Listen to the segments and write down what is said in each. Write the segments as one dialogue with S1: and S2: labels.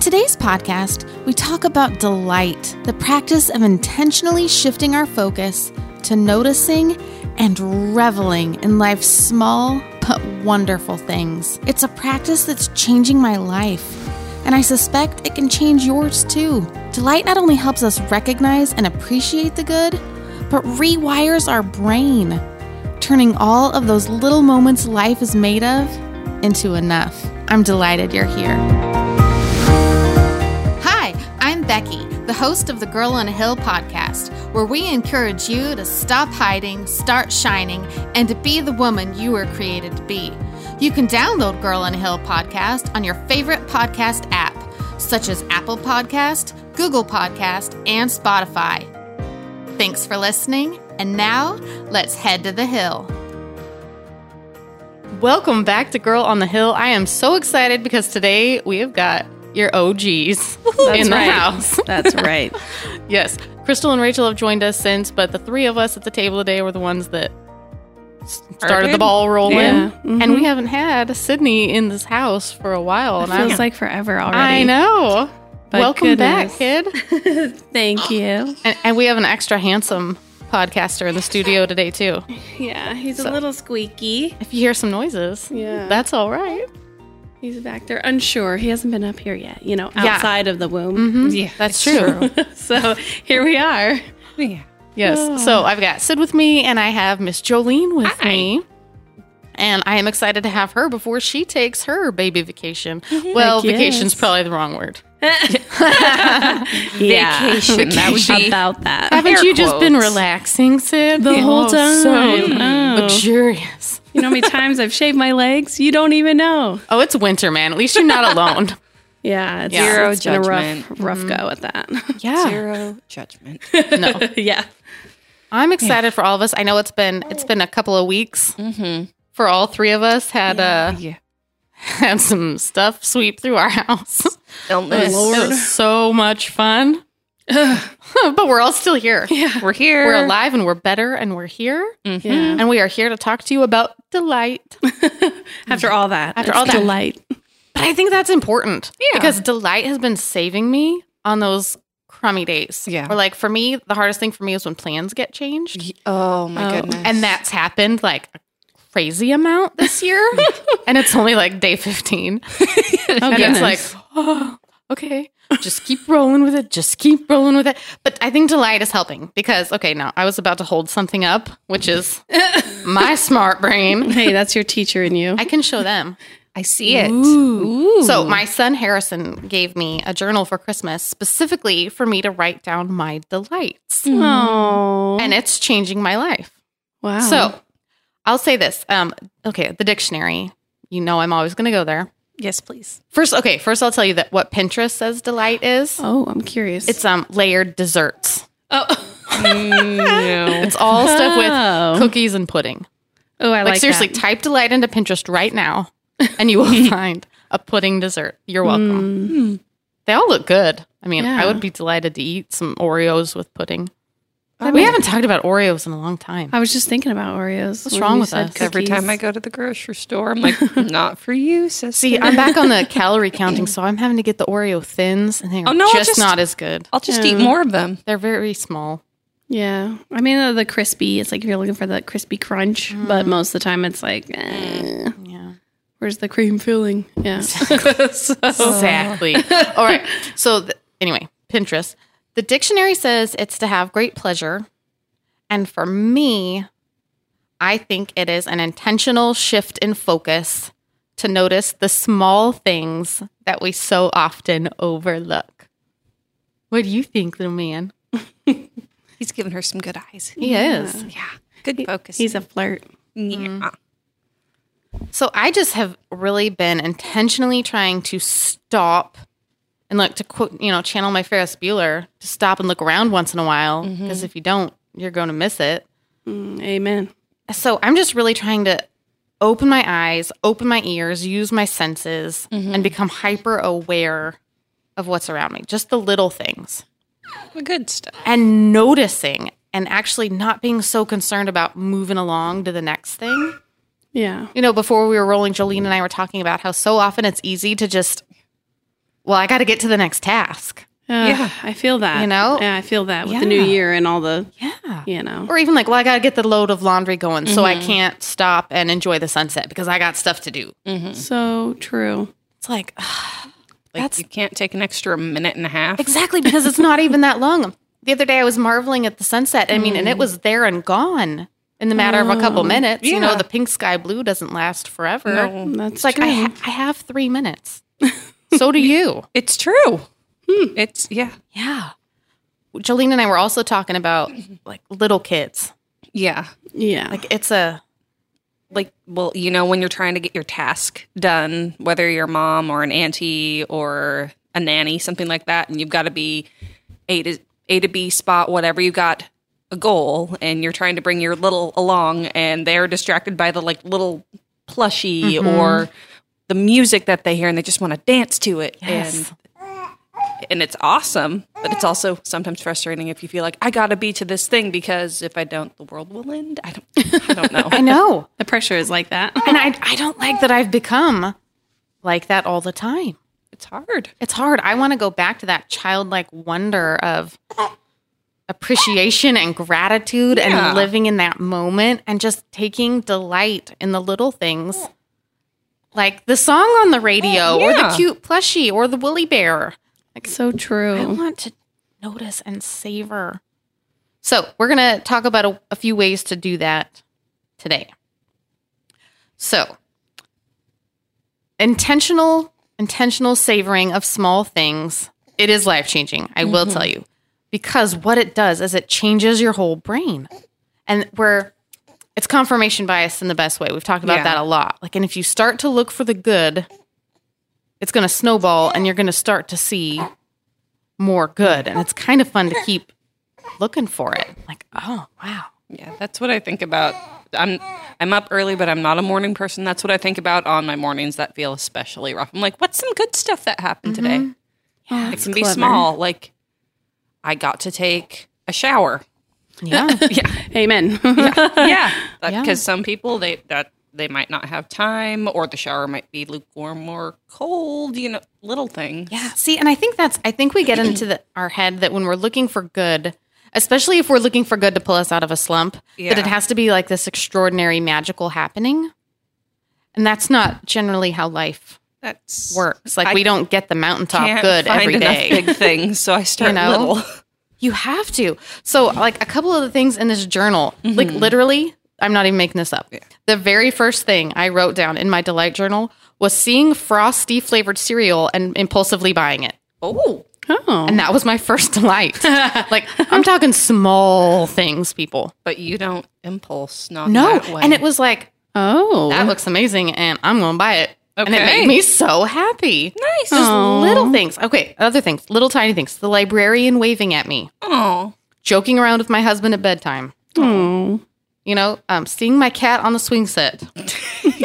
S1: today's podcast, we talk about delight, the practice of intentionally shifting our focus to noticing and reveling in life's small but wonderful things. It's a practice that's changing my life, and I suspect it can change yours too. Delight not only helps us recognize and appreciate the good, but rewires our brain, turning all of those little moments life is made of into enough. I'm delighted you're here. Hi, I'm Becky, the host of the Girl on a Hill podcast, where we encourage you to stop hiding, start shining, and to be the woman you were created to be. You can download Girl on a Hill podcast on your favorite podcast app, such as Apple Podcast, Google Podcast, and Spotify. Thanks for listening, and now let's head to the hill. Welcome back to Girl on the Hill. I am so excited because today we have got your OGs in the
S2: right.
S1: house.
S2: That's right.
S1: Yes, Crystal and Rachel have joined us since, but the three of us at the table today were the ones that s- started the
S3: Started?
S1: ball rolling.
S2: Yeah.
S1: And we haven't had Sydney in this house for a while. And I
S2: Feels
S1: was like,
S2: like forever already.
S1: I know.
S2: But
S1: Welcome back,
S2: goodness.
S1: kid.
S2: Thank you.
S1: And, and we have an extra handsome podcaster in the studio today, too.
S3: Yeah, he's a little squeaky.
S1: If you hear some noises,
S3: Yeah.
S1: that's all right.
S3: He's back there, unsure. He hasn't been up here yet, you know,
S1: Yeah.
S3: outside of the womb.
S1: Yeah, that's true.
S3: so here we are.
S1: Yes. So I've got Sid with me, and I have Miss Jolene with me. And I am excited to have her before she takes her baby vacation. Well,
S3: Heck yes.
S1: vacation's probably the wrong word.
S2: Yeah.
S4: Vacation.
S2: That was
S4: Vacation.
S2: about that.
S1: Haven't
S4: Air
S1: you just been
S4: quotes.
S1: relaxing, Sid, Oh,
S2: The whole time.
S1: So luxurious.
S3: You know how many times I've shaved my legs? You don't even know.
S1: Oh, it's winter, man. At least you're not alone.
S3: Yeah, it's,
S4: Zero
S3: it's been a rough,
S4: judgment.
S3: rough go at that.
S1: yeah.
S4: Zero judgment.
S1: No.
S3: yeah.
S1: I'm excited for all of us. I know it's been it's been a couple of weeks for all three of us. Had uh
S4: Yeah.
S1: had some stuff sweep through our house.
S4: Illness.
S1: It was so much fun. but we're all still here. Mm-hmm.
S4: We're here.
S1: We're alive and we're better and we're here.
S3: Yeah.
S1: And we are here to talk to you about delight. but
S3: After all that,
S1: After
S3: it's
S1: all that.
S3: delight.
S1: I think that's important.
S4: Yeah.
S1: Because delight has been saving me on those crummy days.
S4: Yeah.
S1: Or like for me, the hardest thing for me is when plans get changed.
S4: Oh my goodness.
S1: And that's happened like a crazy amount this year. and it's only like day 15.
S3: Oh,
S1: and
S3: goodness.
S1: it's like, oh, okay, just keep rolling with it. Just keep rolling with it. But I think delight is helping because, okay, now I was about to hold something up, which is my smart brain.
S3: hey, that's your teacher in you.
S1: I can show them.
S4: I see it.
S1: So, my son Harrison gave me a journal for Christmas specifically for me to write down my delights.
S3: Mm. Oh,
S1: And it's changing my life.
S3: wow.
S1: So, I'll say this. Um, okay, the dictionary. You know, I'm always going to go there.
S3: yes, please.
S1: First, okay, first I'll tell you that what Pinterest says delight is.
S3: Oh, I'm curious.
S1: It's um layered desserts.
S3: oh,
S1: It's all stuff
S3: Oh.
S1: with cookies and pudding.
S3: oh, I like,
S1: Like, seriously,
S3: that.
S1: type delight into Pinterest right now, and you will find a pudding dessert. You're welcome. They all look good. I mean, I
S3: Hmm. Yeah.
S1: would be delighted to eat some Oreos with pudding. we haven't talked about Oreos in a long time.
S3: I was just thinking about Oreos.
S1: What's
S3: when
S1: wrong
S3: you
S1: with
S3: said
S1: us? Every
S4: Every time
S3: cookies.
S4: I go to the grocery store, I'm like, not for you, sis.
S1: See, I'm back on the calorie counting, so I'm having to get the Oreo thins, and they're
S4: Oh, no, I'll
S1: just,
S4: just-
S1: not as good.
S4: I'll just eat more of them.
S1: They're very small.
S3: Yeah, I mean uh, the crispy. It's like if you're looking for the crispy crunch, but most of the time it's like, eh,
S1: Yeah.
S3: where's the cream filling? Yeah,
S1: Exactly. All right. So, th- anyway, Pinterest. The dictionary says it's to have great pleasure. And for me, I think it is an intentional shift in focus to notice the small things that we so often overlook. What do you think, little man?
S4: He's giving her some good eyes.
S1: He is.
S4: Yeah. Good focus.
S3: he's a flirt.
S4: yeah.
S1: So I just have really been intentionally trying to stop and look to quote, you know, channel my Ferris Bueller to stop and look around once in a while because if you don't, you're going to miss it.
S3: Mm, Amen.
S1: So I'm just really trying to open my eyes, open my ears, use my senses and become hyper aware of what's around me, just the little things
S4: Good stuff.
S1: and noticing and actually not being so concerned about moving along to the next thing.
S3: Yeah,
S1: You know, before we were rolling, Jolene and I were talking about how so often it's easy to just well, I got to get to the next task.
S3: yeah, Uh, I feel that.
S1: You know?
S3: yeah, I feel that with the new
S1: Yeah.
S3: year and all the,
S1: Yeah. Mm-hmm.
S3: you know,
S1: Or even like, well, I got to get the load of laundry going so I can't stop and enjoy the sunset because I got stuff to do.
S3: so true.
S1: It's like,
S4: Like
S1: That's-
S4: you can't take an extra minute and a half.
S1: exactly because it's not even that long. The other day I was marveling at the sunset. I mean, and it was there and gone in the matter of a couple minutes. You know,
S4: yeah.
S1: the pink sky blue doesn't last forever.
S4: No.
S3: That's
S1: It's like,
S3: true.
S1: I, ha- I have three minutes. so do you.
S4: It's true. It's yeah.
S1: Yeah. Jolene and I were also talking about like little kids.
S4: Yeah.
S3: yeah.
S1: Like it's a
S4: Like well, you know, when you're trying to get your task done, whether you're a mom or an auntie or a nanny, something like that, and you've got to be A to A to B spot, whatever you got a goal and you're trying to bring your little along and they're distracted by the like little plushie or the music that they hear and they just want to dance to it
S1: Yes.
S4: and and it's awesome, but it's also sometimes frustrating if you feel like I gotta be to this thing because if I don't, the world will end. I don't, I don't know.
S1: I know.
S3: the pressure is like that.
S1: and I I don't like that I've become like that all the time.
S4: it's hard.
S1: It's hard. I want to go back to that childlike wonder of appreciation and gratitude
S4: Yeah.
S1: and living in that moment and just taking delight in the little things. Like the song on the radio or the
S4: Yeah.
S1: cute plushie or the woolly bear.
S3: So
S1: I
S3: true.
S1: want to notice and savor. So, we're going to talk about a, a few ways to do that today. So, intentional intentional savoring of small things, it is life-changing. I will tell you. Because what it does is it changes your whole brain. And we're it's confirmation bias in the best way. We've talked about
S4: Yeah.
S1: that a lot. Like and if you start to look for the good, it's going to snowball and you're going to start to see more good. And it's kind of fun to keep looking for it. Like, oh, wow.
S4: Yeah, that's what I think about. I'm I'm up early, but I'm not a morning person. That's what I think about on my mornings that feel especially rough. I'm like, what's some good stuff that happened
S1: Mm-hmm.
S4: today? it can be small, like I got to take a shower.
S1: Yeah.
S3: Amen.
S4: yeah,
S1: Yeah.
S4: because some people they that they might not have time, or the shower might be lukewarm or cold. You know, little things.
S1: yeah. See, and I think that's, I think we get into the, our head that when we're looking for good, especially if we're looking for good to pull us out of a slump, that it
S4: Yeah.
S1: has to be like this extraordinary magical happening. And that's not generally how life
S4: that's
S1: works. Like,
S4: I
S1: we don't get the mountaintop
S4: can't
S1: good
S4: find
S1: every
S4: enough
S1: day.
S4: Big things, so I start
S1: know?
S4: little.
S1: You have to. So, like a couple of the things in this journal, like
S4: Mm-hmm.
S1: literally, I'm not even making this up. The very first thing I wrote down in my delight journal was seeing frosty flavored cereal and impulsively buying it.
S4: Oh,
S3: Oh,
S1: And that was my first delight. like, I'm talking small things, people.
S4: but you don't impulse not
S1: No.
S4: that way.
S1: And it was like,
S3: oh,
S1: that looks amazing and I'm going to buy it. And it
S4: Okay.
S1: made me so happy.
S4: nice.
S1: Just little things. Okay, other things, little tiny things. The librarian waving at me.
S4: Oh,
S1: joking around with my husband at bedtime. You know, um, seeing my cat on the swing set.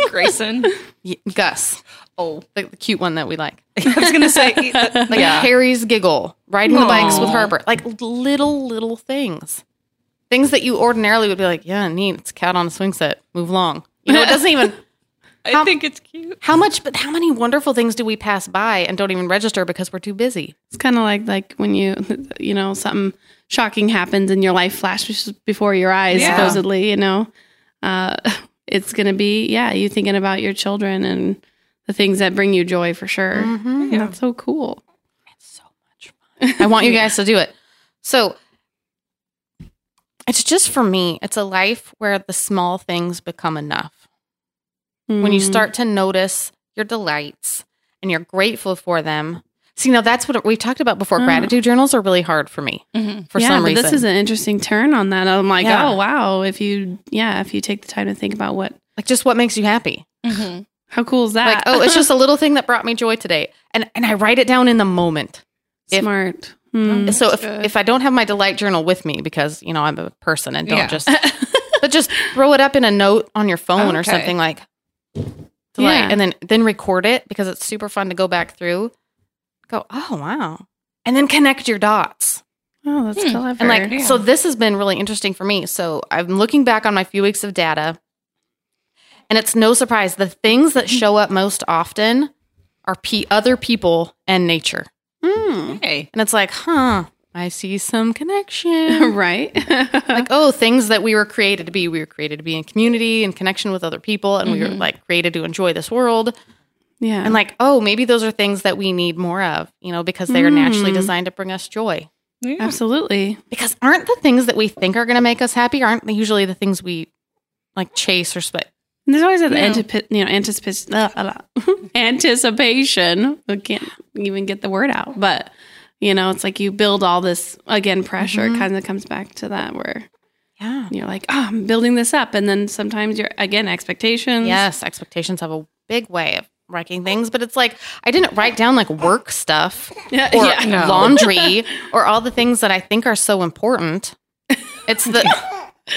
S4: Grayson.
S1: Y- Gus,
S4: Oh,
S1: the, the cute one that we like.
S4: I was gonna say.
S1: Like Harry's giggle, riding the bikes with Harper. Like little, little things. Things that you ordinarily would be like, yeah, neat. It's a cat on a swing set. Move along. You know, it doesn't even.
S4: I think it's cute.
S1: How much, but how many wonderful things do we pass by and don't even register because we're too busy?
S3: it's kind of like like when you you know something shocking happens and your life flashes before your eyes.
S4: Yeah.
S3: Supposedly, you know, uh, it's gonna be yeah. You thinking about your children and the things that bring you joy for sure.
S1: Mm-hmm.
S3: That's so cool.
S1: I want you guys to do it. So it's just for me, it's a life where the small things become enough. When you
S3: Mm.
S1: start to notice your delights and you're grateful for them. See, now that's what we talked about before.
S3: Oh.
S1: Gratitude journals are really hard for me for
S3: Mm-hmm. yeah,
S1: some
S3: but
S1: reason.
S3: this is an interesting turn on that. I'm like,
S1: Yeah.
S3: oh wow, if you yeah, if you take the time to think about what
S1: like just what makes you happy.
S3: how cool is that?
S1: Like, oh, it's just a little thing that brought me joy today. And and I write it down in the moment. if-
S3: smart. Hmm.
S1: so if,
S4: good.
S1: if I don't have my delight journal with me because you know I'm a person and don't
S4: Yeah.
S1: just but just throw it up in a note on your phone or
S4: Okay.
S1: something like delight
S3: Yeah.
S1: and then then record it because it's super fun to go back through go oh wow and then connect your dots
S3: Oh, that's
S4: Hmm.
S3: clever.
S1: and like
S4: Yeah.
S1: so this has been really interesting for me so I'm looking back on my few weeks of data and it's no surprise the things that show up most often are pe- other people and nature.
S4: Hey.
S1: And it's like, huh, I see some connection.
S3: right?
S1: like, oh, things that we were created to be. We were created to be in community and connection with other people, and we were like created to enjoy this world.
S3: Mm-hmm. yeah.
S1: And like, oh, maybe those are things that we need more of, you know, because they are
S3: Mm.
S1: naturally designed to bring us joy.
S4: Yeah.
S3: Absolutely.
S1: Because aren't the things that we think are going to make us happy aren't they usually the things we like chase or sp-
S3: And there's always that
S4: Yeah.
S3: antipi- you know, anticipation, uh, uh, anticipation. I can't even get the word out, but you know, it's like you build all this again pressure. It kind of comes back to that where
S1: Yeah.
S3: you're like, oh, I'm building this up, and then sometimes you're again expectations.
S1: Yes, expectations have a big way of wrecking things, but it's like I didn't write down like work stuff
S3: yeah,
S1: or
S3: yeah.
S4: No.
S1: laundry or all the things that I think are so important. It's the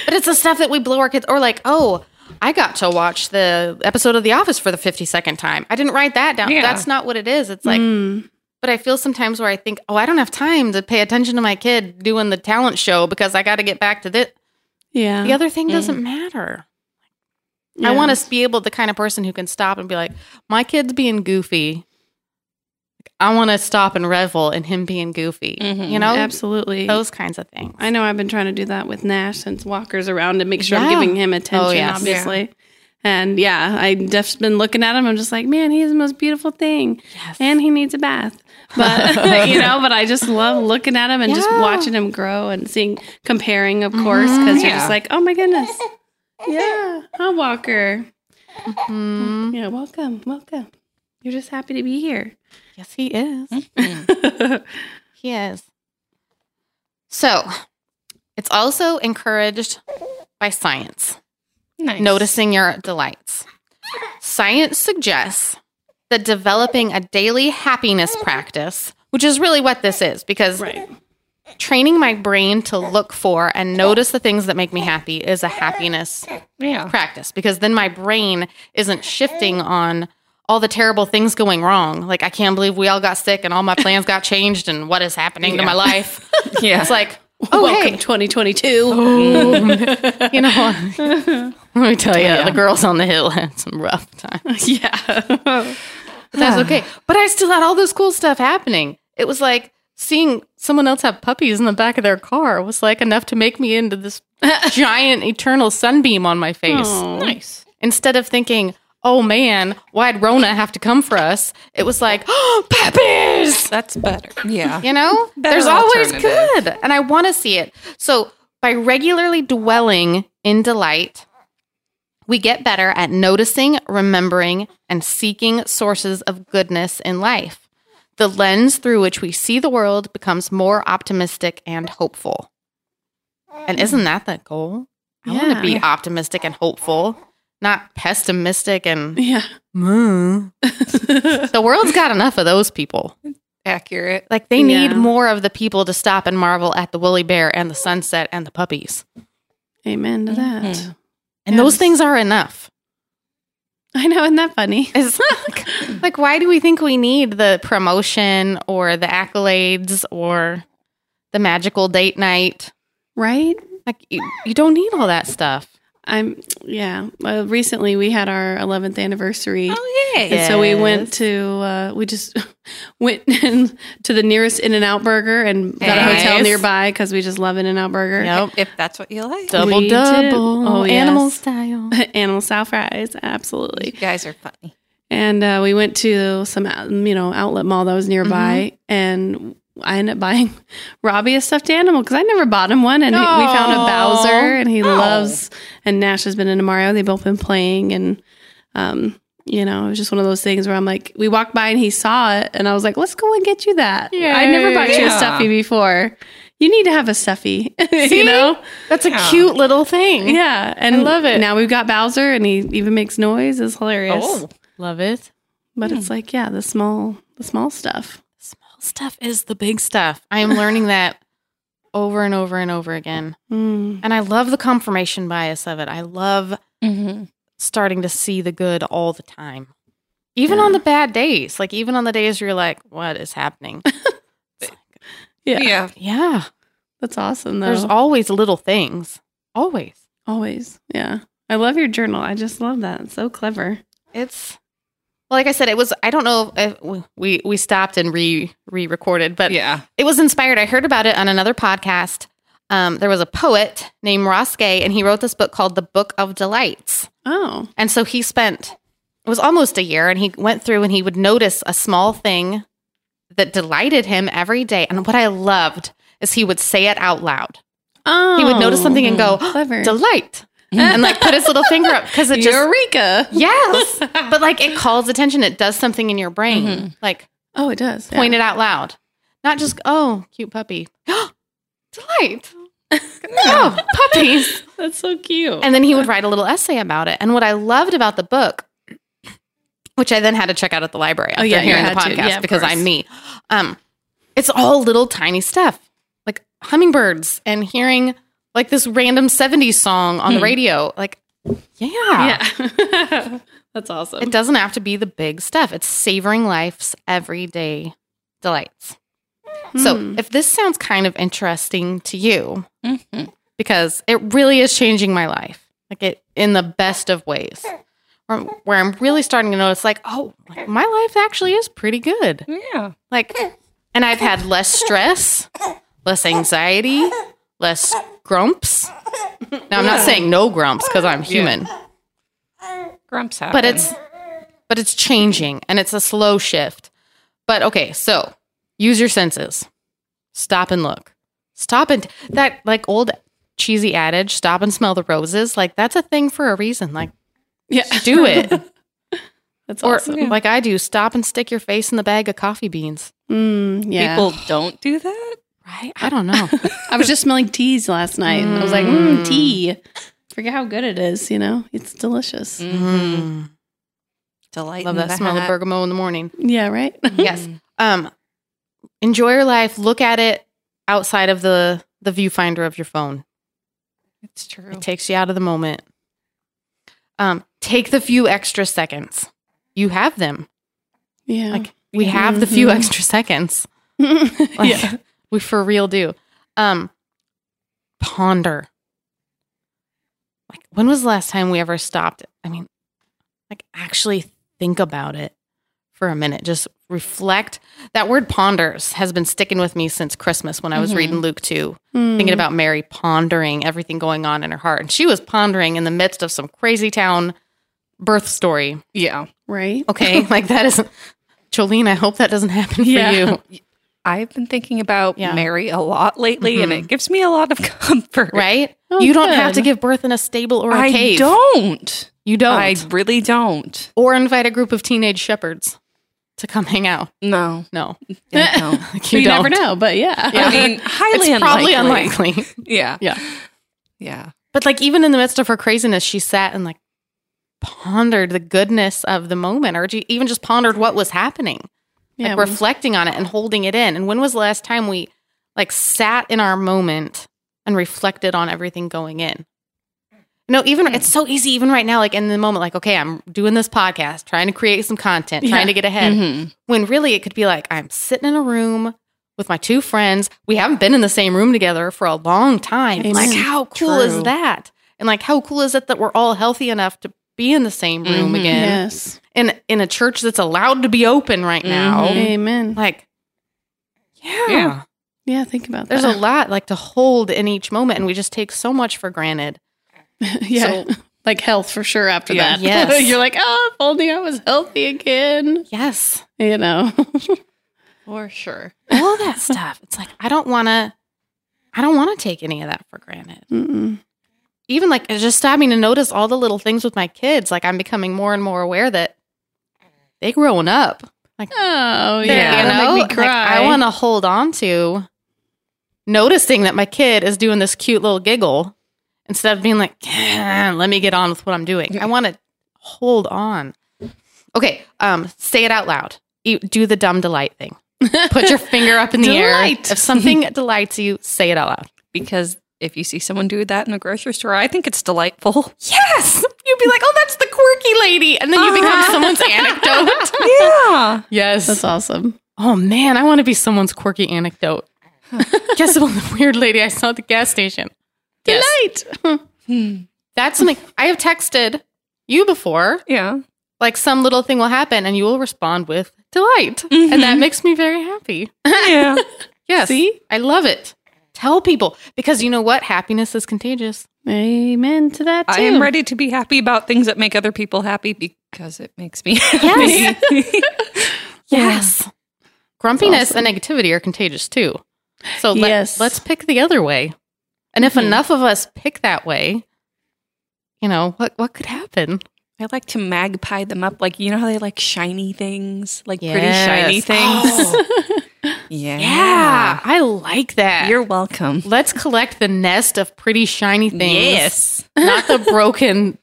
S1: but it's the stuff that we blow our kids or like, oh, I got to watch the episode of The Office for the 52nd time. I didn't write that down.
S4: Yeah.
S1: That's not what it is. It's like
S3: Mm.
S1: but I feel sometimes where I think, "Oh, I don't have time to pay attention to my kid doing the talent show because I got to get back to this."
S3: yeah,
S1: The other thing doesn't
S3: Mm-hmm.
S1: matter. I want to be able the kind of person who can stop and be like, my kid's being goofy. I want to stop and revel in him being goofy.
S4: Mhm.
S1: You know,
S3: Mm-hmm. absolutely.
S1: those kinds of things.
S3: I know I've been trying to do that with Nash since Walker's around to make sure I'm
S1: Yeah.
S3: giving him attention,
S1: Oh, yes.
S3: obviously. And yeah, I've just been looking at him. I'm just like, man, he's the most beautiful thing.
S1: Yes.
S3: And he needs a bath. But, you know, but I just love looking at him and just
S1: Yeah.
S3: watching him grow and seeing, comparing, of course, because
S1: Mm-hmm.
S3: you're
S4: Yeah.
S3: just like, oh my goodness. Yeah. Hi, Walker.
S1: Mhm.
S3: Yeah, welcome. Welcome. You're just happy to be here.
S1: Yes, he is.
S3: Mm-hmm.
S1: He is. So, it's also encouraged by science.
S4: Nice.
S1: noticing your delights. Science suggests that developing a daily happiness practice, which is really what this is, because
S3: right.
S1: training my brain to look for and notice the things that make me happy is a happiness
S4: Yeah.
S1: practice because then my brain isn't shifting on all the terrible things going wrong. Like, I can't believe we all got sick and all my plans got changed and what is happening to my life.
S4: Yeah.
S1: It's like, oh,
S3: welcome
S1: hey, Oh.
S3: 2022.
S1: you know, let me tell you, the girls on the hill had some rough time.
S3: yeah.
S1: But that's okay. But I still had all this cool stuff happening. It was like seeing someone else have puppies in the back of their car was like enough to make me into this giant eternal sunbeam on my face.
S4: nice.
S1: Instead of thinking, oh man, why'd Rona have to come for us? It was like, oh, puppies!
S4: That's better. Yeah.
S1: You know,
S4: Better
S1: there's always
S4: alternative.
S1: good, and I want to see it. So, by regularly dwelling in delight, we get better at noticing, remembering, and seeking sources of goodness in life. The lens through which we see the world becomes more optimistic and hopeful. And isn't that the goal? I want to
S3: Yeah.
S1: be optimistic and hopeful, not pessimistic and
S3: Yeah.
S1: "Mm." the world's got enough of those people.
S4: Accurate.
S1: Like they need
S3: Yeah.
S1: more of the people to stop and marvel at the woolly bear and the sunset and the puppies.
S3: Amen to that.
S1: Mm-hmm.
S4: Mhm.
S1: And those
S3: Yes.
S1: things are enough.
S3: I know, isn't that funny?
S1: It's like, like why do we think we need the promotion or the accolades or the magical date night?
S3: Right?
S1: Like you, you don't need all that stuff.
S3: I'm, yeah. Well, recently we had our 11th anniversary.
S4: Oh yeah.
S3: And so we went to, uh, we just went in to the nearest In N Out Burger and got a hotel
S1: Nice.
S3: nearby because we just love In N Out Burger.
S1: Yep.
S4: If that's what you like.
S1: Double
S3: We did.
S1: double.
S3: Oh, yes.
S1: Animal style.
S3: Animal style fries. Absolutely.
S4: You guys are funny.
S3: And uh, we went to some, uh, you know, outlet mall that was nearby,
S1: Mm-hmm.
S3: and I ended up buying Robbie a stuffed animal because I never bought him one, and he- we found
S1: Aw.
S3: a Bowser, and he loves. And Nash has been into Mario. They've both been playing, and um, you know, it was just one of those things where I'm like, we walked by and he saw it, and I was like, let's go and get you that. I never bought you a
S4: Yeah.
S3: stuffy before. You need to have a stuffy, you know.
S1: That's a
S4: Yeah.
S1: cute little thing.
S3: Yeah, and
S1: I love it.
S3: Now we've got Bowser, and he even makes noise. It's hilarious.
S1: Oh, Love it.
S3: But
S1: Hmm.
S3: it's like, yeah, the small the small stuff.
S1: Small stuff is the big stuff. I am learning that over and over and over again.
S3: Mm.
S1: And I love the confirmation bias of it. I love
S4: Mm-hmm.
S1: starting to see the good all the time. Even on the bad days, like even on the days where you're like, what is happening?
S3: Yeah.
S4: Yeah.
S1: yeah.
S3: That's awesome though.
S1: There's always little things. Always.
S3: always. Yeah. I love your journal. I just love that. It's so clever.
S1: It's Well, like I said, it was. I don't know if if we we stopped and re re recorded, but
S4: Yeah.
S1: it was inspired. I heard about it on another podcast. Um, there was a poet named Ross Gay, and he wrote this book called The Book of Delights.
S3: Oh,
S1: And so he spent it was almost a year, and he went through and he would notice a small thing that delighted him every day. And what I loved is he would say it out loud.
S3: oh,
S1: He would notice something and go,
S3: Clever.
S1: "Delight," and like put his little finger up because it just
S3: Eureka!
S1: Yes. but like it calls attention. It does something in your brain. Like
S3: Oh, it does.
S1: point it out loud. Not just, oh, cute puppy. Delight. oh, puppies.
S3: That's so cute.
S1: And then he would write a little essay about it. And what I loved about the book, which I then had to check out at the library after
S3: Oh, yeah, you
S1: hearing the
S3: had to.
S1: podcast
S3: Yeah, of
S1: because I'm
S3: course.
S1: me. Um, it's all little tiny stuff like hummingbirds and hearing like this random 70s song on the
S3: Hmm.
S1: radio. Like, yeah.
S3: yeah, that's awesome.
S1: It doesn't have to be the big stuff. It's savoring life's everyday delights.
S3: Hmm.
S1: So, if this sounds kind of interesting to you, because it really is changing my life, like it in the best of ways, where, where I'm really starting to notice, like, oh, like, my life actually is pretty good.
S4: Yeah.
S1: Like, and I've had less stress, less anxiety, less grumps. Now, I'm not saying no grumps because I'm human
S4: Grumps happen.
S1: but it's but it's changing and it's a slow shift but okay so use your senses stop and look stop and that like old cheesy adage stop and smell the roses like that's a thing for a reason like
S3: Yeah,
S1: do it
S3: that's
S1: or
S3: awesome.
S1: like i do stop and stick your face in the bag of coffee beans
S3: Mm, yeah,
S4: people don't do that.
S1: right i don't know
S3: I was just smelling teas last night. and I was like,
S1: Hmm.
S3: mm, tea. Forget how good it is. You know, it's delicious.
S1: Mm.
S4: Delight.
S1: love
S4: in
S1: that
S4: the
S1: smell of
S4: hat. Mm-hmm.
S1: bergamot in the morning
S3: Yeah, right.
S1: yes um enjoy your life look at it outside of the the viewfinder of your phone
S4: It's true.
S1: It takes you out of the moment. Um, take the few extra seconds. You have them.
S3: yeah, Hmm.
S1: Like we have the few
S3: Mhm.
S1: extra seconds. Like,
S3: yeah.
S1: We for real do. Um, ponder. Like when was the last time we ever stopped? I mean, like actually think about it for a minute. Just reflect. That word ponders has been sticking with me since Christmas when I was
S3: Mm-hmm.
S4: Mhm.
S1: reading Luke 2 thinking about Mary pondering everything going on in her heart. And she was pondering in the midst of some crazy town birth story.
S4: Yeah.
S3: right.
S1: Okay. like that is, Jolene, I hope that doesn't happen for
S3: Yeah.
S1: you.
S4: I've been thinking about
S1: Yeah.
S4: Mary a lot lately, and
S1: Mhm.
S4: it gives me a lot of comfort.
S1: Right?
S3: Oh,
S1: you don't have
S3: good.
S1: to give birth in a stable or a
S4: I
S1: cave.
S4: don't.
S1: You don't.
S4: I really don't.
S1: or invite a group of teenage shepherds to come hang out.
S4: No.
S1: No.
S4: Yeah, no.
S1: Like,
S3: You, never
S1: don't.
S3: know, but yeah,
S4: I mean, highly
S1: It's probably
S4: unlikely.
S1: unlikely.
S4: Yeah.
S1: Yeah.
S4: Yeah.
S1: But like even in the midst of her craziness, she sat and like pondered the goodness of the moment or ju- even just pondered what was happening.
S3: yeah.
S1: like reflecting on it and holding it in. And when was the last time we like sat in our moment and reflected on everything going in? No, even it's so easy, even right now, like in the moment, like, okay, I'm doing this podcast, trying to create some content, trying
S3: Yeah. Mm-hmm.
S1: to get ahead.
S4: Mhm.
S1: When really it could be like, I'm sitting in a room with my two friends. We haven't been in the same room together for a long time.
S3: Amen.
S1: Like, how cool
S4: True.
S1: is that? And like, how cool is it that we're all healthy enough to be in the same room
S3: Mm-hmm.
S4: Mhm.
S1: again
S3: yes,
S1: in in a church that's allowed to be open right now?
S3: Mm-hmm.
S4: Mhm.
S3: amen.
S1: Um, Like, yeah.
S4: Yeah.
S3: Yeah, think about
S1: There's a
S3: that.
S1: lot like to hold in each moment, and we just take so much for granted.
S3: yeah, like health for sure. After
S4: Yeah.
S3: that,
S1: Yes.
S3: you're like, oh, if only I was healthy again.
S1: Yes,
S3: You know,
S4: For sure.
S1: all that stuff. It's like I don't want to. I don't want to take any of that for granted.
S3: Mm-mm.
S1: Even like it's just stopping to notice all the little things with my kids. Like I'm becoming more and more aware that they growing up.
S3: oh
S1: They're,
S3: yeah,
S1: you know,
S3: That'll make
S1: Like,
S3: me cry.
S1: I want to hold on to noticing that my kid is doing this cute little giggle instead of being like, "Ah, let me get on with what I'm doing. I want to hold on. Okay, um, say it out loud. You, do the dumb delight thing. Put your finger up in the air.
S3: Delight.
S1: If something delights you, say it out loud.
S4: Because if you see someone do that in a grocery store, I think it's delightful.
S1: Yes, you'd be like, oh, that's the quirky lady, and then you become someone's anecdote.
S4: Yeah.
S1: Uh-huh. yes,
S3: That's awesome.
S1: Oh man, I want to be someone's quirky anecdote. Guess about the weird lady I saw at the gas station.
S3: Delight.
S1: That's something I have texted you before
S4: Yeah.
S1: Like some little thing will happen and you will respond with delight. And that makes me very happy.
S4: Yeah.
S1: Yes.
S3: See?
S1: I love it. Tell people because you know what? Happiness is contagious.
S3: Amen to that. Too.
S4: I am ready to be happy about things that make other people happy because it makes me happy.
S1: Yes.
S5: Yes.
S1: Grumpiness and negativity are contagious too. So let,
S3: Yes.
S1: let's pick the other way. And
S4: Mm-hmm.
S1: if enough of us pick that way, you know, what what could happen?
S4: I like to magpie them up. Like, you know how they like shiny things? Like pretty
S1: Yes.
S4: shiny things? yeah.
S1: Yeah, I like that.
S4: You're welcome.
S1: let's collect the nest of pretty shiny things.
S4: Yes.
S1: Not the broken,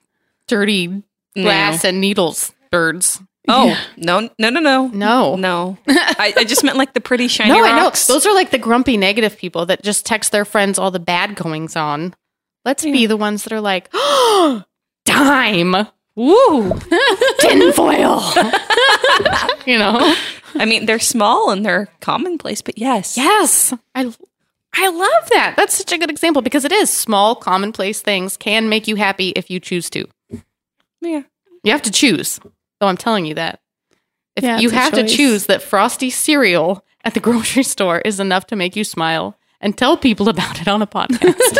S1: dirty
S4: No.
S1: glass and needles birds.
S4: Oh, no, no, no, no.
S1: No.
S4: No. I, I just meant like the pretty shiny
S1: No, I know.
S4: rocks.
S1: Those are like the grumpy negative people that just text their friends all the bad goings on. Let's be the ones that are like, oh, dime, woo, tinfoil. you know?
S4: I mean, they're small and they're commonplace, but yes.
S1: Yes. I I love that. That's such a good example because it is small, commonplace things can make you happy if you choose to.
S4: Yeah.
S1: You have to choose. So I'm telling you that. If
S3: Yeah,
S1: you
S3: it's a
S1: have
S3: choice.
S1: to choose that frosty cereal at the grocery store is enough to make you smile and tell people about it on a podcast.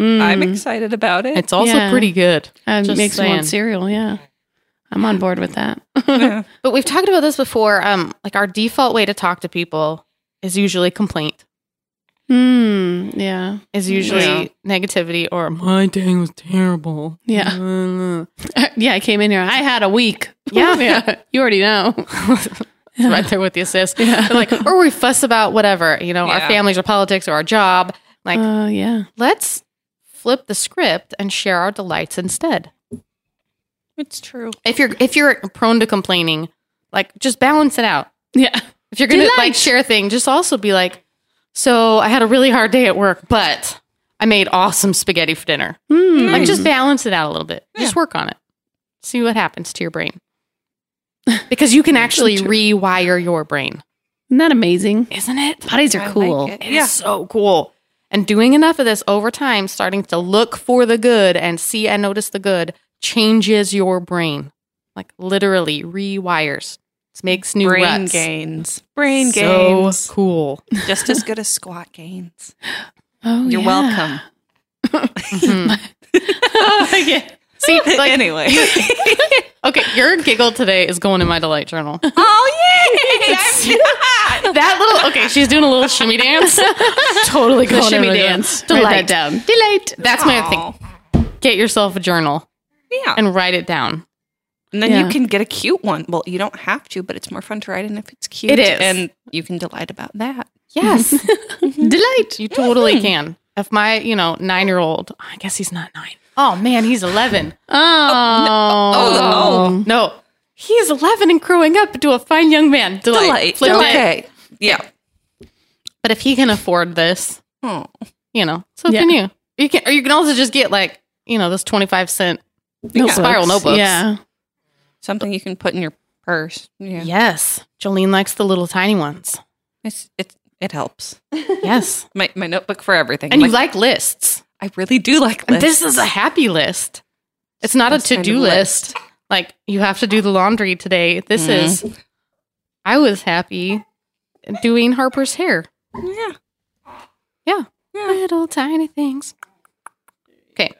S4: I'm excited about it.
S1: Mm. it's also
S3: Yeah.
S1: pretty good.
S3: Uh,
S1: Just
S3: makes me
S1: saying.
S3: want cereal. Yeah, I'm on board with that.
S1: But we've talked about this before. Um, like our default way to talk to people is usually complaint,
S3: Hmm. yeah.
S1: is usually
S4: Yeah.
S1: negativity or my day was terrible.
S3: Yeah. yeah. I came in here. I had a week.
S1: Yeah.
S3: yeah. You already know.
S1: It's right there with the assist. They're Like, or we fuss about whatever, you know,
S4: Yeah.
S1: our families or politics or our job. Like, Uh.
S3: Oh yeah.
S1: let's flip the script and share our delights instead.
S4: It's true.
S1: If you're if you're prone to complaining, like just balance it out.
S3: Yeah.
S1: If you're gonna like
S3: Delight.
S1: share a thing, just also be like, so I had a really hard day at work, but I made awesome spaghetti for dinner.
S3: Hmm.
S1: Like just balance it out a little bit. Just work on it. See what happens to your brain. Because you can actually rewire your brain.
S3: Isn't that amazing?
S1: Isn't it?
S3: Bodies are cool.
S1: It is so cool. And doing enough of this over time, starting to look for the good and see and notice the good, changes your brain. Like literally rewires. It makes new
S4: Brain
S1: ruts.
S4: gains. Brain
S1: so
S4: gains.
S1: cool.
S4: Just as good as squat gains.
S3: oh,
S4: You're
S3: yeah.
S4: welcome.
S1: Mhm.
S3: yeah.
S1: See, like,
S4: anyway.
S1: okay, your giggle today is going in my delight journal.
S4: oh, yay! I'm not.
S1: That little okay, she's doing a little shimmy dance. totally
S3: The
S1: going in
S3: shimmy
S1: my journal.
S3: dance.
S1: Delight.
S3: Write that down.
S1: Delight. That's my other thing.
S4: Aw.
S1: Get yourself a journal
S4: Yeah. And,
S1: and write it down.
S4: then
S3: Yeah.
S4: you can get a cute one. Well, you don't have to, but it's more fun to write in if it's cute.
S1: It is.
S4: And you can delight about that.
S1: Yes. Delight. You totally can. If my, you know, nine year old, I guess he's not nine. Oh man, he's 11.
S3: Oh.
S4: oh,
S1: No, he's 11 and growing up into a fine young man. Delight.
S4: Oh, Delight.
S1: Flip it.
S4: Okay. Yeah.
S1: But if he can afford this,
S4: Oh.
S1: you know, so
S3: Yeah.
S1: can you. You can, or you can also just get like, you know, those 25 cent.
S4: Yeah.
S1: Spiral notebooks.
S3: Yeah.
S4: Something you can put in your purse. Yeah.
S1: Yes. Jolene likes the little tiny ones.
S4: It's, it, it helps.
S1: Yes.
S4: My, my notebook for everything.
S1: and
S4: Like,
S1: you like lists.
S4: I really do like
S1: And
S4: lists.
S1: This is a happy list. It's not a
S4: This kind
S1: to
S4: of
S1: do list. Like you have to do the laundry today. This
S4: Mm-hmm.
S1: is. I was happy doing Harper's hair.
S4: Yeah.
S1: Yeah.
S4: Yeah.
S1: Little tiny things. Okay.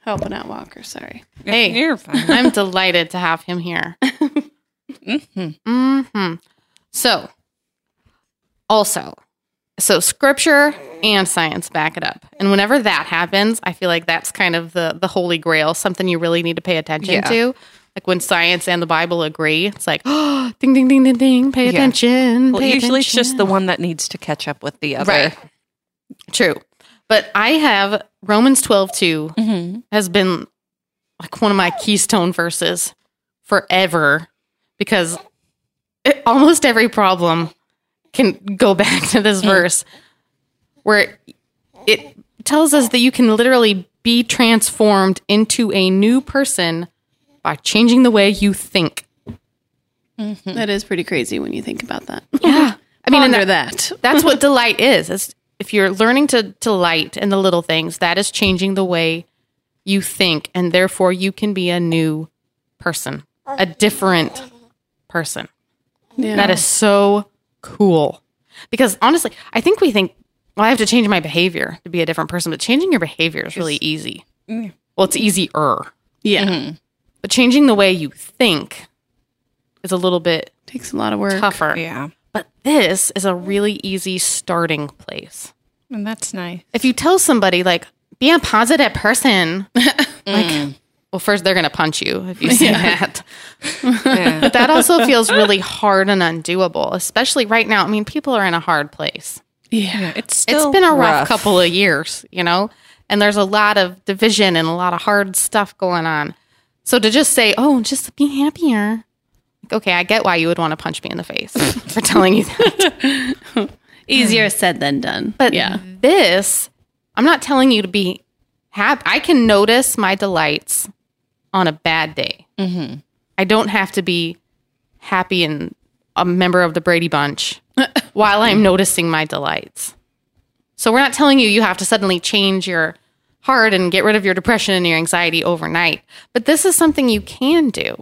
S3: Helping out Walker. Sorry.
S1: Hey.
S4: You're fine.
S1: I'm delighted to have him here.
S4: Mm-hmm.
S1: hmm So, also, so scripture and science back it up. And whenever that happens, I feel like that's kind of the the holy grail, something you really need to pay attention
S4: Yeah.
S1: to. Like when science and the Bible agree, it's like, oh, ding, ding, ding, ding, ding, pay
S4: Yeah.
S1: attention.
S4: Well,
S1: pay
S4: usually it's just
S1: attention.
S4: the one that needs to catch up with the other.
S1: Right. True. But I have Romans 12 2
S4: Mhm.
S1: has been like one of my keystone verses forever because it, almost every problem can go back to this verse where it tells us that you can literally be transformed into a new person by changing the way you think. Hmm.
S3: That is pretty crazy when you think about that.
S1: Yeah. I mean, and
S3: Ponder that.
S1: That's what delight is. It's if you're learning to delight in the little things, that is changing the way you think, and therefore you can be a new person, a different person.
S3: Yeah.
S1: That is so cool. Because honestly, I think we think, well, I have to change my behavior to be a different person, but changing your behavior is really easy. Well, it's easier,
S3: yeah.
S1: Hmm. but changing the way you think is a little bit
S3: Takes a lot of work.
S1: tougher.
S4: Yeah.
S1: But this is a really easy starting place.
S4: And that's nice.
S1: If you tell somebody, like, be a positive person, like, well, first they're going to punch you if you say that.
S4: Yeah.
S1: But that also feels really hard and undoable, especially right now. I mean, people are in a hard place.
S3: Yeah.
S4: it's
S1: It's
S4: still
S1: been a rough, couple of years, you know, and there's a lot of division and a lot of hard stuff going on. So to just say, oh, just be happier. Like, Okay, I get why you would want to punch me in the face for telling you that.
S3: Easier said than done.
S1: But
S3: yeah.
S1: this, I'm not telling you to be happy. I can notice my delights on a bad day. Mm-hmm. I don't have to be happy and a member of the Brady Bunch while I'm noticing my delights. So we're not telling you you have to suddenly change your heart and get rid of your depression and your anxiety overnight. But this is something you can do.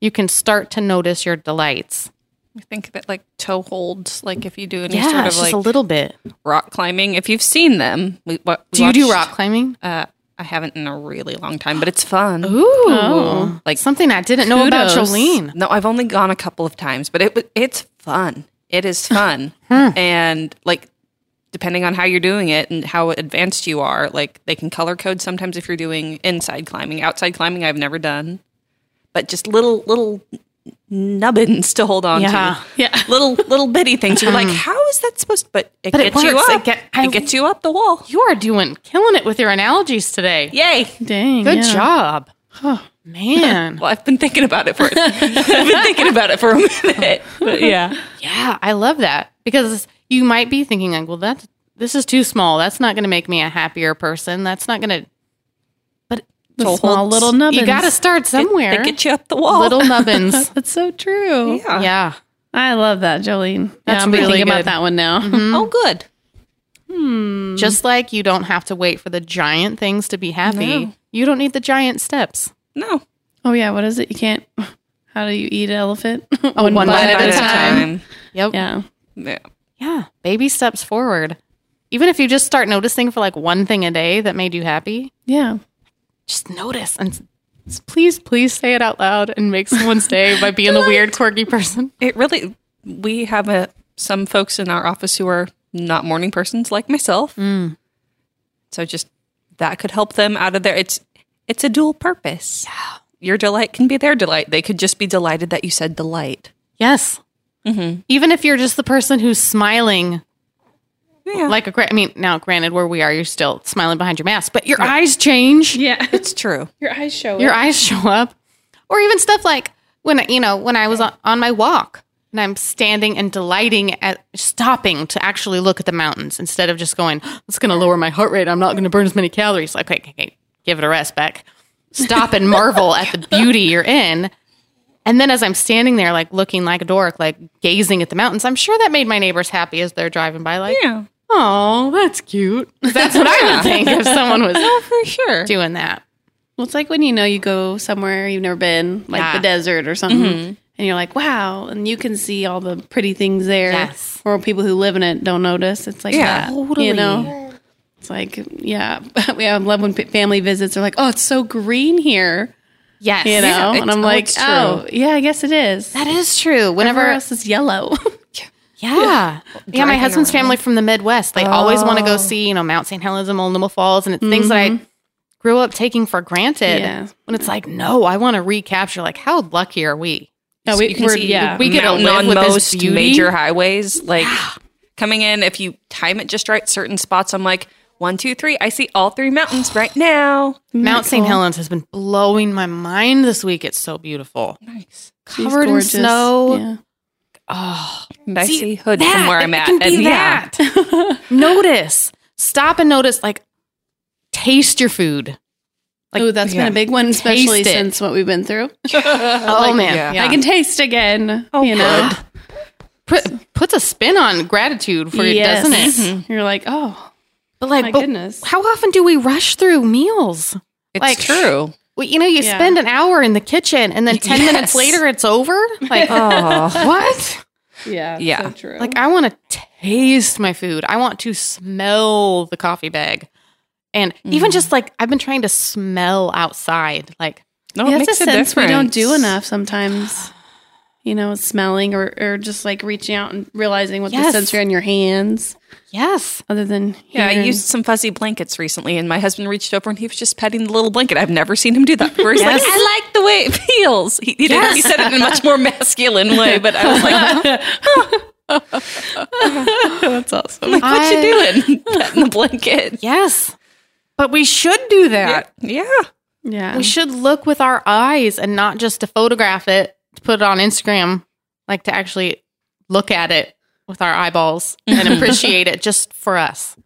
S1: You can start to notice your delights.
S4: I think that like toe holds, like if you do any
S1: Yeah,
S4: sort of
S1: just
S4: like
S1: a little bit.
S4: rock climbing, if you've seen them, we, what, we
S1: Do you do
S4: watched-
S1: rock climbing?
S4: Uh, I haven't in a really long time, but it's fun.
S1: Ooh,
S4: Like-
S1: like something I didn't know about
S3: Kudos.
S1: Jolene.
S4: No, I've only gone a couple of times, but it wa- it's fun. It is fun,
S1: Hmm.
S4: and like depending on how you're doing it and how advanced you are, like they can color code sometimes if you're doing inside climbing, outside climbing. I've never done, but just little little nubbins to hold on
S1: Yeah. Hmm.
S4: to.
S3: Yeah.
S4: little little bitty things. You're like, how is that supposed? to But it
S1: But it
S4: gets you
S1: works. It
S4: up. It,
S1: get- I-
S4: gets you up the wall.
S1: You are doing killing it with your analogies today.
S4: Yay!
S3: Dang.
S1: Good
S3: yeah.
S1: job. Man.
S4: Well, I've been thinking about it for. I've been thinking about it for a minute. But yeah,
S1: yeah, I love that because you might be thinking like, well, that's this is too small. That's not going to make me a happier person. That's not going to.
S3: The
S4: Toe
S3: small
S4: holds.
S3: little nubbins.
S1: You got to start somewhere.
S4: they get you up the wall.
S1: Little nubbins.
S3: That's so true.
S4: yeah.
S1: yeah.
S3: I love that, Jolene.
S1: That's
S3: yeah, I'm Mm-hmm. gonna
S1: really
S3: think about
S1: good.
S3: that one now.
S4: Oh, good. Mm-hmm.
S1: Just like you don't have to wait for the giant things to be happy. You don't need the giant steps.
S4: No.
S3: Oh yeah, what is it? You can't. How do you eat an elephant? One
S1: Oh, one bite at a Yep.
S3: Yeah.
S4: Yeah.
S1: Yeah, baby steps forward. Even if you just start noticing for like one thing a day that made you happy,
S3: Yeah.
S1: just notice and s- s- please, please say it out loud and make someone's day by being the weird, quirky person.
S4: It really, we have a, some folks in our office who are not morning persons like myself. So just that could help them out of there. It's, it's a dual purpose. Yeah. Your delight can be their delight. They could just be delighted that you said delight.
S1: Yes. Even if you're just the person who's smiling,
S4: Yeah.
S1: like a gra- I mean, now granted, where we are, you're still smiling behind your mask, but your eyes change.
S3: Yeah.
S4: It's true.
S3: Your eyes show.
S1: your eyes show up or even stuff like when I- you know when i was on, on my walk and i'm standing and delighting at stopping to actually look at the mountains instead of just going it's going to lower my heart rate i'm not going to burn as many calories like okay, okay, okay give it a rest beck stop and marvel at the beauty you're in and then as i'm standing there like looking like a dork like gazing at the mountains i'm sure that made my neighbors happy as they're driving by like
S4: Yeah.
S1: oh that's cute that's what i would think if someone was
S4: For sure.
S1: doing that
S3: Well, it's like when you know you go somewhere you've never been, like
S1: Yeah. Mm-hmm.
S3: the desert or something, and you're like, wow, and you can see all the pretty things there.
S1: Yes.
S3: Or people who live in it don't notice. It's like,
S4: Yeah,
S3: yeah, You know? It's like, yeah. we I love when p- family visits are like, oh, it's so green here,
S1: yes
S3: you know?
S4: it's-
S3: and I'm
S4: oh,
S3: like,
S4: it's true.
S3: oh, yeah, I guess it is.
S1: That is true. Whenever,
S3: Everywhere else is yellow.
S1: yeah, yeah, my husband's family from the Midwest, they always want to
S4: Oh.
S1: go see, you know, Mount St. Helens and Multnomah Falls, and it's things that
S4: Mm-hmm.
S1: I grew up taking for granted.
S3: Yeah.
S1: When it's like, no, I want to recapture. Like, how lucky are we?
S3: no, we,
S4: you can
S3: we're-
S4: see
S3: yeah.
S1: we get to
S4: mountain
S1: live
S4: on
S1: with this
S4: most
S1: beauty.
S4: major highways like coming in if you time it just right certain spots i'm like one two three i see all three mountains right now
S1: Mount St. Helens has been blowing my mind this week. It's so beautiful,
S4: nice
S3: She's
S1: covered in
S3: gorgeous.
S1: snow.
S3: Yeah.
S4: and i
S1: See,
S4: see hood
S1: that,
S4: from where
S1: it
S4: i'm at
S1: can be
S4: and yeah
S1: that. notice, stop and notice. Like, taste your food. Like,
S3: oh, that's
S4: yeah.
S3: been a big one, especially
S1: Taste it.
S3: since what we've been through.
S1: oh man,
S4: yeah.
S3: I can taste again. Oh, you know?
S1: Put, puts a spin on gratitude for it, doesn't it?
S3: You're like, oh,
S1: But like,
S3: My
S1: but
S3: goodness.
S1: how often do we rush through meals?
S4: It's
S1: Like-
S4: true.
S1: Well, you know, you
S3: Yeah.
S1: spend an hour in the kitchen and then 10 minutes
S4: Yes.
S1: later it's over. Like,
S4: Oh,
S1: what?
S3: Yeah. So
S4: Yeah.
S3: true.
S1: Like, I want to taste my food. I want to smell the coffee bag. And even
S3: Mm.
S1: just like, I've been trying to smell outside. Like,
S4: no,
S3: Yeah, it's
S4: it makes
S3: a
S4: a
S3: sense
S4: difference.
S3: we don't do enough sometimes. You know, smelling or, or just like reaching out and realizing what the
S1: Yes.
S3: sensory on your hands,
S1: yes.
S3: other than
S4: Yeah, I
S3: hearing.
S4: used some fuzzy blankets recently, and my husband reached over and he was just petting the little blanket. I've never seen him do that. Where he's like, "I like the way it feels." He, he, didn't, he said it in a much more masculine way, but I was like,
S3: That's awesome.
S4: "What
S1: I-
S4: you doing? Petting the blanket?"
S1: Yes. But we should do that.
S4: Yeah,
S3: Yeah.
S1: We should look with our eyes and not just to photograph it, to put it on Instagram, like to actually look at it with our eyeballs and appreciate it just for us,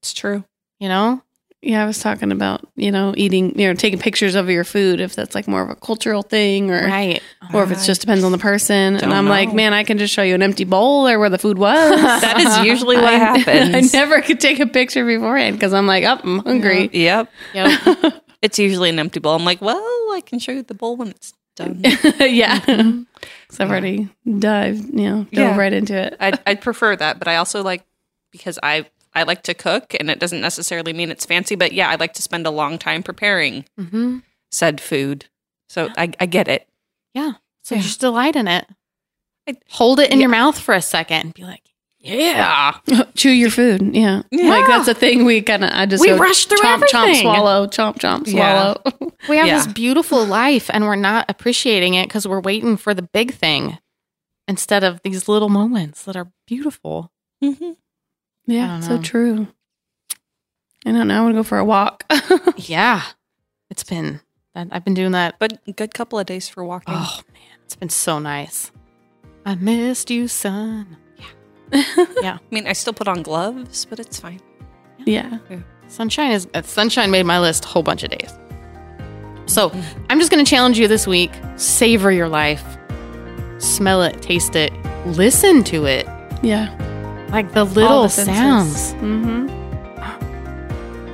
S4: it's true.
S1: you know?
S3: Yeah, I was talking about, you know, eating, you know, taking pictures of your food if that's like more of a cultural thing or
S1: Right.
S3: or if it just depends on the person.
S4: Don't
S3: and I'm like,
S4: know.
S3: man, I can just show you an empty bowl or where the food was.
S4: That is usually what
S3: I-
S4: happens.
S3: I never could take a picture beforehand because I'm like, oh, I'm hungry.
S4: Yep,
S1: Yep.
S4: it's usually an empty bowl. I'm like, "Well, I can show you the bowl when it's done."
S3: Yeah. Mm-hmm. so I've already dived, you know, dove
S4: Yeah.
S3: right into it.
S4: I'd, I'd prefer that, but I also like because I I like to cook, and it doesn't necessarily mean it's fancy, but yeah, I like to spend a long time preparing
S1: hmm
S4: said food. So I, I get it.
S1: Yeah. So just delight in it.
S4: I-
S1: Hold it in your mouth for a second and be like, yeah.
S4: Ah.
S3: Chew your food. Yeah. Like that's a thing we kind of, I just
S1: We
S3: go
S1: rush through
S3: chomp, chomp,
S1: everything.
S3: swallow, chomp, chomp,
S4: Yeah.
S3: swallow.
S1: We have
S4: Yeah.
S1: this beautiful life and we're not appreciating it because we're waiting for the big thing instead of these little moments that are beautiful.
S4: Mm-hmm.
S3: Yeah,
S1: I don't
S3: so
S1: know.
S3: true. I don't know. I want to go for a walk.
S1: Yeah. It's been, I've been doing that
S4: But a good couple of days for walking.
S1: Oh man, it's been so nice. I missed you, son.
S4: I mean, I still put on gloves, but it's fine.
S3: yeah.
S1: Sunshine is uh, sunshine made my list a whole bunch of days. So I'm just gonna challenge you this week. Savor your life. Smell it, taste it, listen to it.
S3: Yeah.
S1: Like the little
S3: All the senses.
S1: sounds.
S3: Mm-hmm.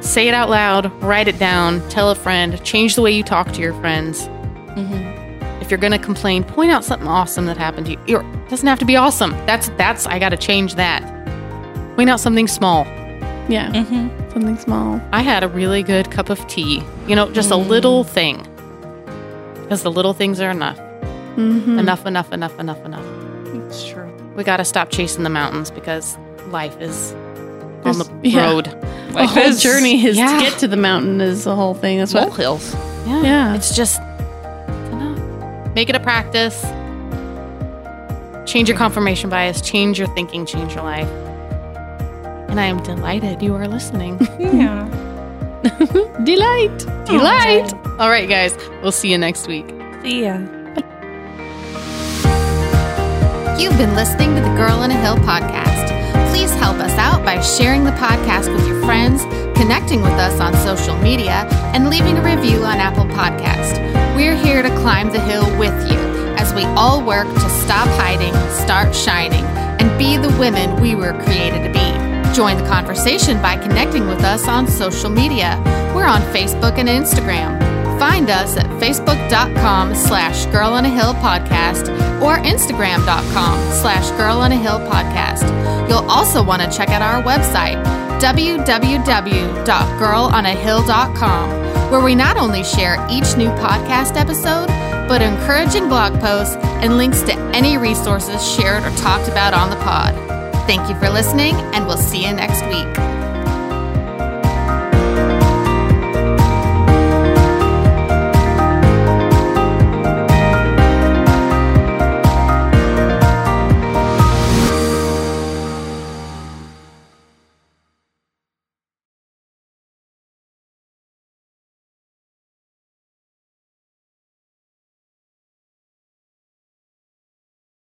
S1: Say it out loud, write it down, tell a friend, change the way you talk to your friends. Mm-hmm. If you're gonna complain, point out something awesome that happened to you. Or it doesn't have to be awesome. That's that's I gotta change that. Point out something small.
S3: Yeah.
S1: Mm-hmm.
S3: Something small.
S1: I had a really good cup of tea. You know, just a little thing. Because the little things are enough.
S3: Mm-hmm.
S1: Enough, enough, enough, enough, enough.
S4: It's true.
S1: We got to stop chasing the mountains because life is on
S3: There's-
S1: the
S3: yeah.
S1: road.
S3: The whole journey is
S1: Yeah.
S3: to get to the mountain is the whole thing. That's what.
S1: Molehills. Yeah.
S3: Yeah.
S1: It's just it's enough. Make it a practice. Change your confirmation bias, change your thinking, change your life. And I am delighted you are listening.
S4: Yeah.
S3: Delight.
S1: Delight. All right, guys. We'll see you next week.
S4: See ya.
S6: You've been listening to the Girl in a Hill podcast. Please help us out by sharing the podcast with your friends, connecting with us on social media, and leaving a review on Apple Podcast. We're here to climb the hill with you as we all work to stop hiding, start shining, and be the women we were created to be. Join the conversation by connecting with us on social media. We're on Facebook and Instagram. Find us at facebook.com slash girl on a hill podcast or instagram.com slash girl on a hill podcast. You'll also want to check out our website, www.girlonahill.com, where we not only share each new podcast episode, but encouraging blog posts and links to any resources shared or talked about on the pod. Thank you for listening, and we'll see you next week.